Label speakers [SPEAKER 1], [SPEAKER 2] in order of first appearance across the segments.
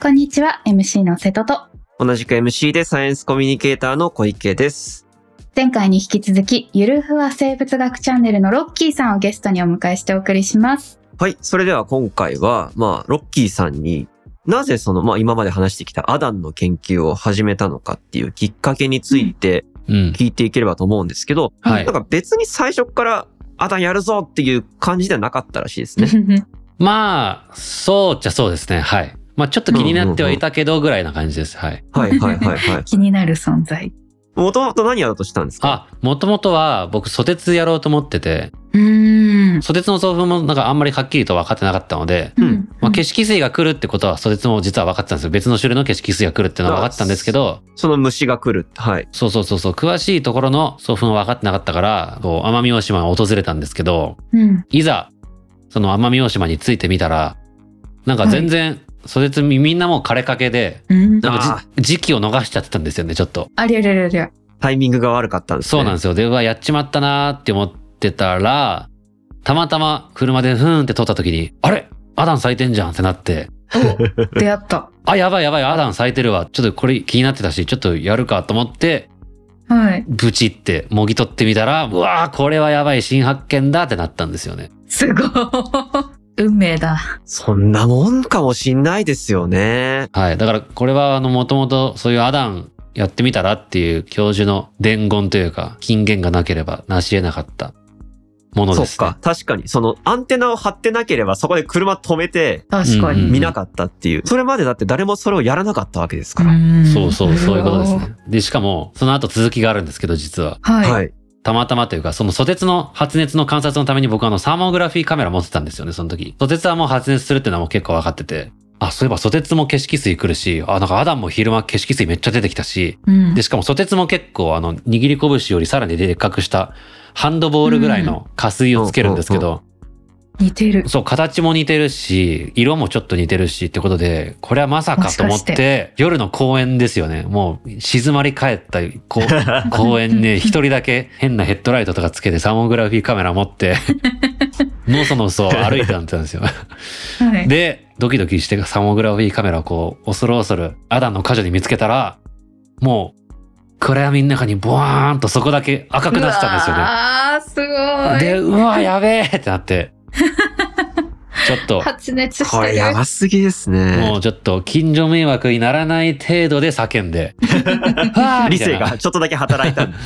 [SPEAKER 1] こんにちは、MC の瀬戸と、
[SPEAKER 2] 同じく MC でサイエンスコミュニケーターの小池です。
[SPEAKER 1] 前回に引き続き、ゆるふわ生物学チャンネルのロッキーさんをゲストにお迎えしてお送りします。
[SPEAKER 2] はい。それでは今回は、まあ、ロッキーさんに、なぜその、まあ今まで話してきたアダンの研究を始めたのかっていうきっかけについて
[SPEAKER 3] うん。
[SPEAKER 2] 聞いていければと思うんですけど、
[SPEAKER 3] はい
[SPEAKER 2] なん。か別に最初からアダンやるぞっていう感じではなかったらしいですね。
[SPEAKER 3] まあ、そうっちゃそうですね。はい。まあ、ちょっと気になってはいたけどぐらいな感じです。はい。
[SPEAKER 2] はいはいはい は い。
[SPEAKER 1] 気になる存在。
[SPEAKER 2] もともと何やろうとしたんですか
[SPEAKER 3] あ、もともとは僕、ソテツやろうと思ってて、
[SPEAKER 1] うーん。
[SPEAKER 3] ソテツの送風もなんかあんまりはっきりと分かってなかったので、
[SPEAKER 2] うん
[SPEAKER 3] まあ、景色水が来るってことは、ソテツも実は分かってたんですよ。別の種類の景色水が来るっていうのは分かったんですけど、
[SPEAKER 2] その虫が来る。はい。
[SPEAKER 3] そうそうそうそう、詳しいところの送風も分かってなかったから、こう、奄美大島を訪れたんですけど、
[SPEAKER 1] うん。
[SPEAKER 3] いざ、その奄美大島についてみたら、なんか全然、ソテツみみんなもう枯れかけで、
[SPEAKER 1] うん。
[SPEAKER 3] なん
[SPEAKER 2] あ
[SPEAKER 3] かじ時期を逃しちゃってたんですよね、ちょっと。
[SPEAKER 1] ありゃりゃりゃり ゃ。
[SPEAKER 2] タイミングが悪かったんですね。。
[SPEAKER 3] そうなんですすよ。で、うわ、やっちまったなーって思ってたら、たまたま車でふーんって通った時に、あれアダン咲いてんじゃんってなって、
[SPEAKER 1] お出会った。
[SPEAKER 3] あ、やばいやばい、アダン咲いてるわ。ちょっとこれ気になってたし、ちょっとやるかと思って、
[SPEAKER 1] はい。
[SPEAKER 3] ブチってもぎ取ってみたら、うわー、これはやばい、新発見だってなったんですよね。
[SPEAKER 1] すごい。 運命だ。
[SPEAKER 2] そんなもんかもしんないですよね。
[SPEAKER 3] はい。だから、これは、あの、もともとそういうアダンやってみたらっていう教授の伝言というか、金言がなければなし得なかったもの
[SPEAKER 2] そ
[SPEAKER 3] で
[SPEAKER 2] っ
[SPEAKER 3] す、ね。
[SPEAKER 2] か。確かに、そのアンテナを張ってなければ、そこで車止めて、
[SPEAKER 1] 確かに。
[SPEAKER 2] 見なかったっていう。それまでだって誰もそれをやらなかったわけですから。
[SPEAKER 1] ん
[SPEAKER 3] そうそう、そういうことです。ね。で、しかも、その後続きがあるんですけど、実は。
[SPEAKER 1] は。
[SPEAKER 2] はいい。
[SPEAKER 3] たまたまというか、そのソテツの発熱の観察のために僕あの、サーモグラフィーカメラ持ってたんですよね、その時。ソテツはもう発熱するっていうのはもう結構分かってて。あ、そういえばソテツも景色水来るし、あ、なんかアダンも昼間景色水めっちゃ出てきたし、
[SPEAKER 1] うん
[SPEAKER 3] で、しかもソテツも結構あの、握り拳よりさらにでっかくした、ハンドボールぐらいの加水をつけるんですけど、
[SPEAKER 1] 似てる。
[SPEAKER 3] そう、形も似てるし、色もちょっと似てるしってことで、これはまさかと思
[SPEAKER 1] も
[SPEAKER 3] っ、
[SPEAKER 1] してかし
[SPEAKER 3] 夜の公園ですよね。もう静まり返った こう公園で一人だけ変なヘッドライトとかつけてサーモグラフィーカメラ持 って、のそのそ歩いてたんですよ。
[SPEAKER 1] はい。
[SPEAKER 3] で、ドキドキしてサーモグラフィーカメラをこう、恐る恐るアダンの箇所に見つけたら、もう暗闇の中にボワーンとそこだけ赤くなってたんですよね。
[SPEAKER 1] ああ、すごい。
[SPEAKER 3] で、うわ、やべえって なって。ちょっと、
[SPEAKER 1] 発熱して
[SPEAKER 2] これや
[SPEAKER 1] る。
[SPEAKER 2] ばすぎです
[SPEAKER 3] も
[SPEAKER 2] ね。
[SPEAKER 3] うちょっと近所迷惑にならない程度で叫 んで、はぁ
[SPEAKER 2] 理性。がちょっとだけ働いた。
[SPEAKER 3] みた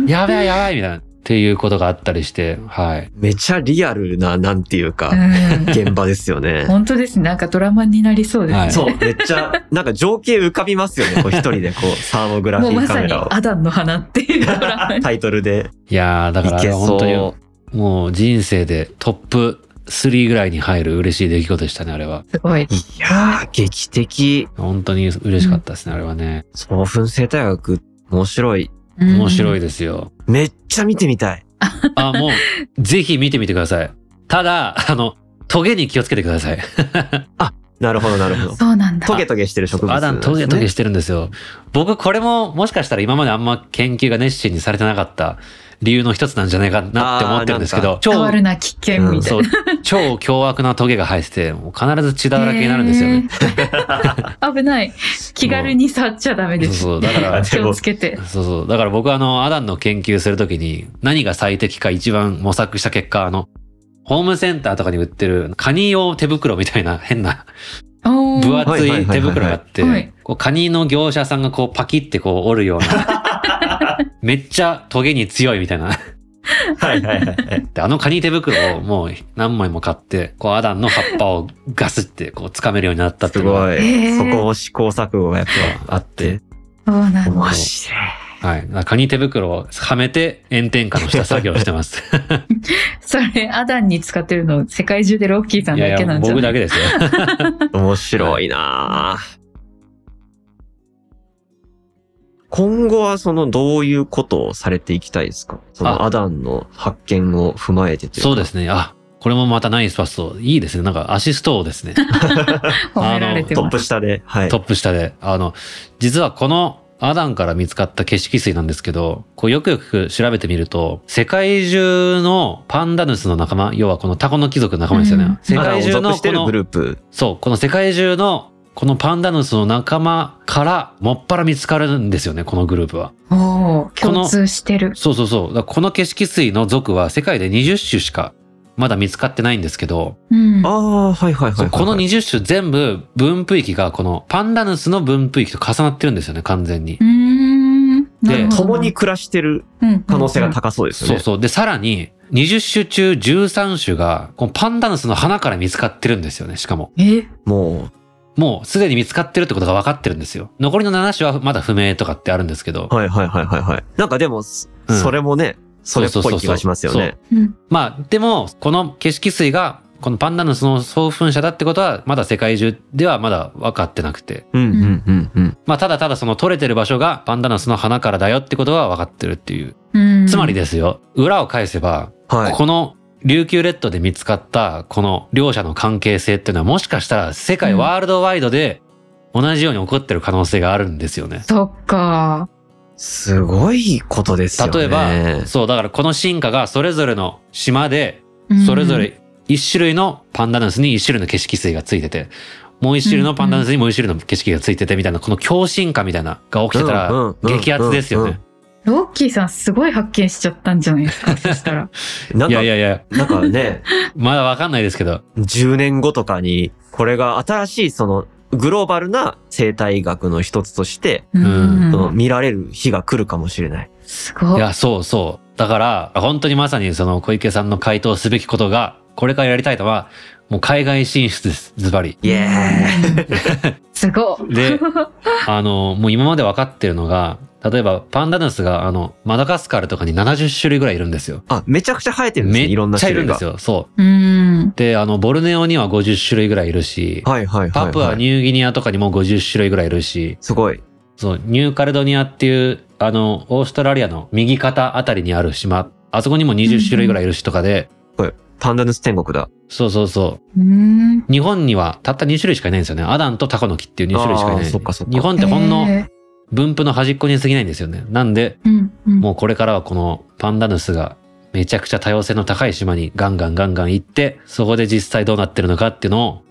[SPEAKER 3] いなやばいやばいみたいな。っていうことがあったりして、はい。
[SPEAKER 2] めちゃリアルな、なんていうか、
[SPEAKER 1] うん
[SPEAKER 2] 現場ですよね。
[SPEAKER 1] 本当ですね。なんかドラマになりそうですね。
[SPEAKER 3] はい
[SPEAKER 2] そう、めっちゃ、なんか情景浮かびますよね。こう一人でこう、サーモグラフ
[SPEAKER 1] もう
[SPEAKER 2] ィ
[SPEAKER 1] ま
[SPEAKER 2] ーカ
[SPEAKER 1] さ
[SPEAKER 2] メ
[SPEAKER 1] に
[SPEAKER 2] ラを。
[SPEAKER 1] アダンの花っていうドラ マに。
[SPEAKER 2] タイトルで。
[SPEAKER 3] いやー、だ
[SPEAKER 2] い
[SPEAKER 3] からあれ
[SPEAKER 2] け
[SPEAKER 3] は本当
[SPEAKER 2] そ。。
[SPEAKER 3] に、もう人生でトップ3ぐらいに入る嬉しい出来事でしたね、あれは。
[SPEAKER 1] すごいう
[SPEAKER 2] いやー、劇的。
[SPEAKER 3] 本当に嬉しかったですね、あれはね。
[SPEAKER 2] 送風生態学、面白い。
[SPEAKER 3] 面白い
[SPEAKER 1] で
[SPEAKER 3] ですよ。
[SPEAKER 2] めっちゃ見てみたい。
[SPEAKER 3] あ、もう、ぜひ見てみてください。ただ、あの、トゲに気をつけてください。
[SPEAKER 2] なるほど、なるほど。
[SPEAKER 1] そうなんだ。
[SPEAKER 2] トゲトゲしてる植物、
[SPEAKER 3] アダントゲトゲしてるんですよ。僕これももしかしたら今まであんま研究が熱心にされてなかった理由の一つなんじゃないかなって思ってるんですけど、超、
[SPEAKER 1] 触るな危険みたい
[SPEAKER 3] そう、超凶悪なトゲが生えてて、もう必ず血だらけになるんですよね。
[SPEAKER 1] な。 危ない。気軽に触っちゃダメで
[SPEAKER 3] そう
[SPEAKER 1] す。
[SPEAKER 3] そう、だか
[SPEAKER 2] あ
[SPEAKER 3] ら、
[SPEAKER 1] 気をつけて。
[SPEAKER 3] そうそう、だから僕はあの、アダンの研究するときに何が最適か一番模索した結果、あの、ホームセンターとかに売ってるカニ用手袋みたいな変な
[SPEAKER 1] おー
[SPEAKER 3] 分厚い手袋があっ
[SPEAKER 1] はいはいはいはい
[SPEAKER 3] て、こうカニの業者さんがこうパキってこう折るような、 めっちゃトゲに強いみたいな。
[SPEAKER 2] はいはいはいはい。
[SPEAKER 3] で、あのカニ手袋をもう何枚も買って、こうアダンの葉っぱをガスってこう掴めるようになったって
[SPEAKER 2] す
[SPEAKER 3] いうのが
[SPEAKER 2] ごい。
[SPEAKER 1] へー
[SPEAKER 2] そこも試行錯誤がやっぱあって。
[SPEAKER 1] そうなんだ。
[SPEAKER 3] 面
[SPEAKER 2] 白い。
[SPEAKER 3] はい。だからカニ手袋をはめて炎天下の下作業をしてます。
[SPEAKER 1] それ、アダンに使ってるの、世界中でロッキーさん
[SPEAKER 3] いや
[SPEAKER 1] だけ
[SPEAKER 3] い
[SPEAKER 1] な
[SPEAKER 3] や、
[SPEAKER 1] んじゃ
[SPEAKER 3] 僕
[SPEAKER 1] ない
[SPEAKER 3] だけですよ。
[SPEAKER 2] 面白いなぁ今後はそのどういうことをされていきたいですかその
[SPEAKER 3] あ
[SPEAKER 2] アダンの発見を踏まえてというか。
[SPEAKER 3] そうですね。あ、これもまたナイスパスを。いいですね。なんかアシストをですね。
[SPEAKER 1] 褒められて
[SPEAKER 2] トッ
[SPEAKER 1] ま
[SPEAKER 2] プ
[SPEAKER 1] す。
[SPEAKER 2] 下で。はい。
[SPEAKER 3] トップ下で。あの、実はこのアダンから見つかった景色水なんですけど、こうよくよく調べてみると、世界中のパンダヌスの仲間、要はこのタコの貴族の仲間ですよね。
[SPEAKER 1] うん
[SPEAKER 3] 世界中
[SPEAKER 2] アダンを属
[SPEAKER 3] の
[SPEAKER 2] して
[SPEAKER 3] こ
[SPEAKER 2] るグ
[SPEAKER 3] の、
[SPEAKER 2] ループ。
[SPEAKER 3] そう、この世界中のこのパンダヌスの仲間からもっぱら見つかるんですよね、このグループは。
[SPEAKER 1] おお、共通してる。
[SPEAKER 3] そうそうそう。だからこの景色水の属は世界で20種しかまだ見つかってないんですけど、
[SPEAKER 1] うん。
[SPEAKER 2] ああ、はいはいはいはい、
[SPEAKER 3] そうこの20種全部分布域がこのパンダヌスの分布域と重なってるんですよね、完全に
[SPEAKER 1] う。ーん。なるほど
[SPEAKER 2] 共に暮らしてる可能性が高そうですよね。
[SPEAKER 3] そうそう。で、さらに、20種中13種が、このパンダヌスの花から見つかってるんですよね、しかも。
[SPEAKER 1] うんうんうんえ
[SPEAKER 2] も
[SPEAKER 3] もうすでに見つかってるってことが分かってるんですよ。残りの7種はまだ不明とかってあるんですけど
[SPEAKER 2] う、。はいはいはいはいはい。なんかでも、そ
[SPEAKER 3] うん
[SPEAKER 2] それもね、それっぽい気がしますよね。
[SPEAKER 1] うん
[SPEAKER 3] まあ、でも、この景色水が、このパンダヌスの総噴射だってことは、まだ世界中ではまだ分かってなくて。
[SPEAKER 2] うんうんうんうん。
[SPEAKER 3] まあ、ただただその取れてる場所がパンダナスの花からだよってことは分かってるっていう。
[SPEAKER 1] うん
[SPEAKER 3] つまりですよ、裏を返せば、
[SPEAKER 2] はい。
[SPEAKER 3] この琉球列島で見つかった、この両者の関係性っていうのはもしかしたら世界
[SPEAKER 1] うん
[SPEAKER 3] ワールドワイドで同じように起こってる可能性があるんですよね。
[SPEAKER 1] そっか。
[SPEAKER 2] すごいことですよね。
[SPEAKER 3] 例えば、そう、だからこの進化がそれぞれの島で、
[SPEAKER 1] うん
[SPEAKER 3] それぞ。れ一種類のパンダナスに一種類の景色水がついてて、もう一種類のパンダナスにもう一種類の景色がついててみたいな、この強進化みたいなのが起きてた
[SPEAKER 2] うん
[SPEAKER 3] ら
[SPEAKER 2] うん、うん
[SPEAKER 3] 激アツですよね。
[SPEAKER 1] ロッキーさんすごい発見しちゃったんじゃないです か、そしたら。
[SPEAKER 2] なん
[SPEAKER 3] い
[SPEAKER 2] か
[SPEAKER 3] やい、やいや、
[SPEAKER 2] なんかね、
[SPEAKER 3] まだわかんないですけど。
[SPEAKER 2] 10年後とかに、これが新しいその、グローバルな生態学の一つとして、
[SPEAKER 1] うん
[SPEAKER 2] その見られる日が来るかもしれない。
[SPEAKER 1] すご
[SPEAKER 3] い
[SPEAKER 1] い。
[SPEAKER 3] や、そうそう。だから、本当にまさにその小池さんの回答すべきことが、これからやりたいのは、もう海外進出です。ズバリ。
[SPEAKER 2] イエー
[SPEAKER 1] う
[SPEAKER 2] イ
[SPEAKER 1] んすごい。
[SPEAKER 3] で、あの、もう今まで分かってるのが、例えばパンダヌスが、あの、マダガスカルとかに70種類ぐらいいるんですよ。
[SPEAKER 2] あ、めちゃくちゃ生えてるんです
[SPEAKER 3] め
[SPEAKER 2] ね。いろん
[SPEAKER 3] っ
[SPEAKER 2] な
[SPEAKER 3] ちゃ
[SPEAKER 2] 種
[SPEAKER 3] いる
[SPEAKER 2] 類
[SPEAKER 3] ん
[SPEAKER 2] が。
[SPEAKER 3] ですよ。そう。
[SPEAKER 1] うん。
[SPEAKER 3] で、あの、ボルネオには50種類ぐらいいるし、
[SPEAKER 2] はいはいはい、はい。
[SPEAKER 3] パプア、ニューギニアとかにも50種類ぐらいいるし、
[SPEAKER 2] すごい。
[SPEAKER 3] そう、ニューカレドニアっていう、あの、オーストラリアの右肩あたりにある島、あそこにも20種類ぐらいいるしとかで、
[SPEAKER 2] パンダヌス天国だ。
[SPEAKER 3] そうそうそう。
[SPEAKER 1] うん。
[SPEAKER 3] 日本にはたった2種類しかいないんですよね。アダンとタコの木っていう2種類しかいな
[SPEAKER 2] あ
[SPEAKER 3] い。
[SPEAKER 2] ーそっかそっか
[SPEAKER 3] 日本ってほんの
[SPEAKER 1] へー
[SPEAKER 3] 分布の端っこに過ぎないんですよね。なんで、
[SPEAKER 1] うんうん
[SPEAKER 3] もうこれからはこのパンダヌスがめちゃくちゃ多様性の高い島にガンガンガンガン行って、そこで実際どうなってるのかっていうのを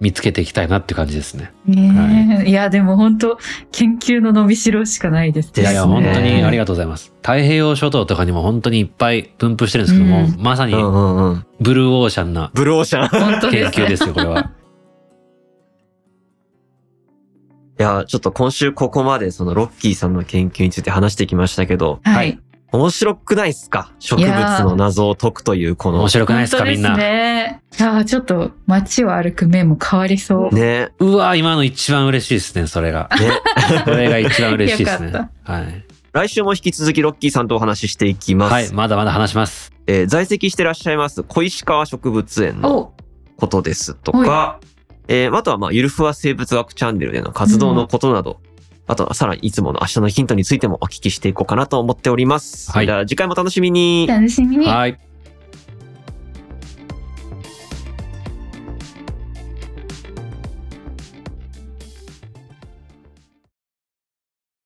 [SPEAKER 3] 見つけていきたいなって感じですね。
[SPEAKER 1] ねえいや、でも本当研究の伸びしろしかないです
[SPEAKER 3] い
[SPEAKER 1] ね。
[SPEAKER 3] やいや、本当にあり
[SPEAKER 1] が
[SPEAKER 3] がとうございます。太平洋諸島とかにも本当にいっぱい分布してるんですけども、
[SPEAKER 1] うん
[SPEAKER 3] まさ
[SPEAKER 2] う
[SPEAKER 3] に
[SPEAKER 2] んうんうん。
[SPEAKER 3] ブルーオーシャンな
[SPEAKER 2] ブルーオーシャン。
[SPEAKER 1] とう。本当
[SPEAKER 3] 研
[SPEAKER 1] です
[SPEAKER 3] 究ですよ、これは。
[SPEAKER 2] いや、ちょっと今週ここまでそのロッキーさんの研究について話してきましたけど、
[SPEAKER 1] はい。
[SPEAKER 2] 面白くないっすか植物の謎を解くというこの
[SPEAKER 3] 面。白くないですか、
[SPEAKER 1] 本当
[SPEAKER 3] みんな。
[SPEAKER 1] ね。いや、ちょっと街を歩く目も変わりそう。
[SPEAKER 2] ね。
[SPEAKER 3] うわ、今の一番嬉しいですね、それが。
[SPEAKER 2] ね。
[SPEAKER 3] それが一番嬉しいですね。
[SPEAKER 1] よかっ
[SPEAKER 3] はい。
[SPEAKER 2] 来週も引き続きロッキーさんとお話ししていきます。
[SPEAKER 3] はい、まだまだ話します。
[SPEAKER 2] えー在籍してらっしゃいます小石川植物園の
[SPEAKER 1] お、
[SPEAKER 2] ことですとか、えーあとは、まあ、ゆるふわ生物学チャンネルでの活動のことなど、あとはさらにいつもの明日のヒントについてもお聞きしていこうかなと思っております。
[SPEAKER 3] はい
[SPEAKER 2] じゃあ次回も楽しみに。
[SPEAKER 1] 楽しみに。
[SPEAKER 3] はい。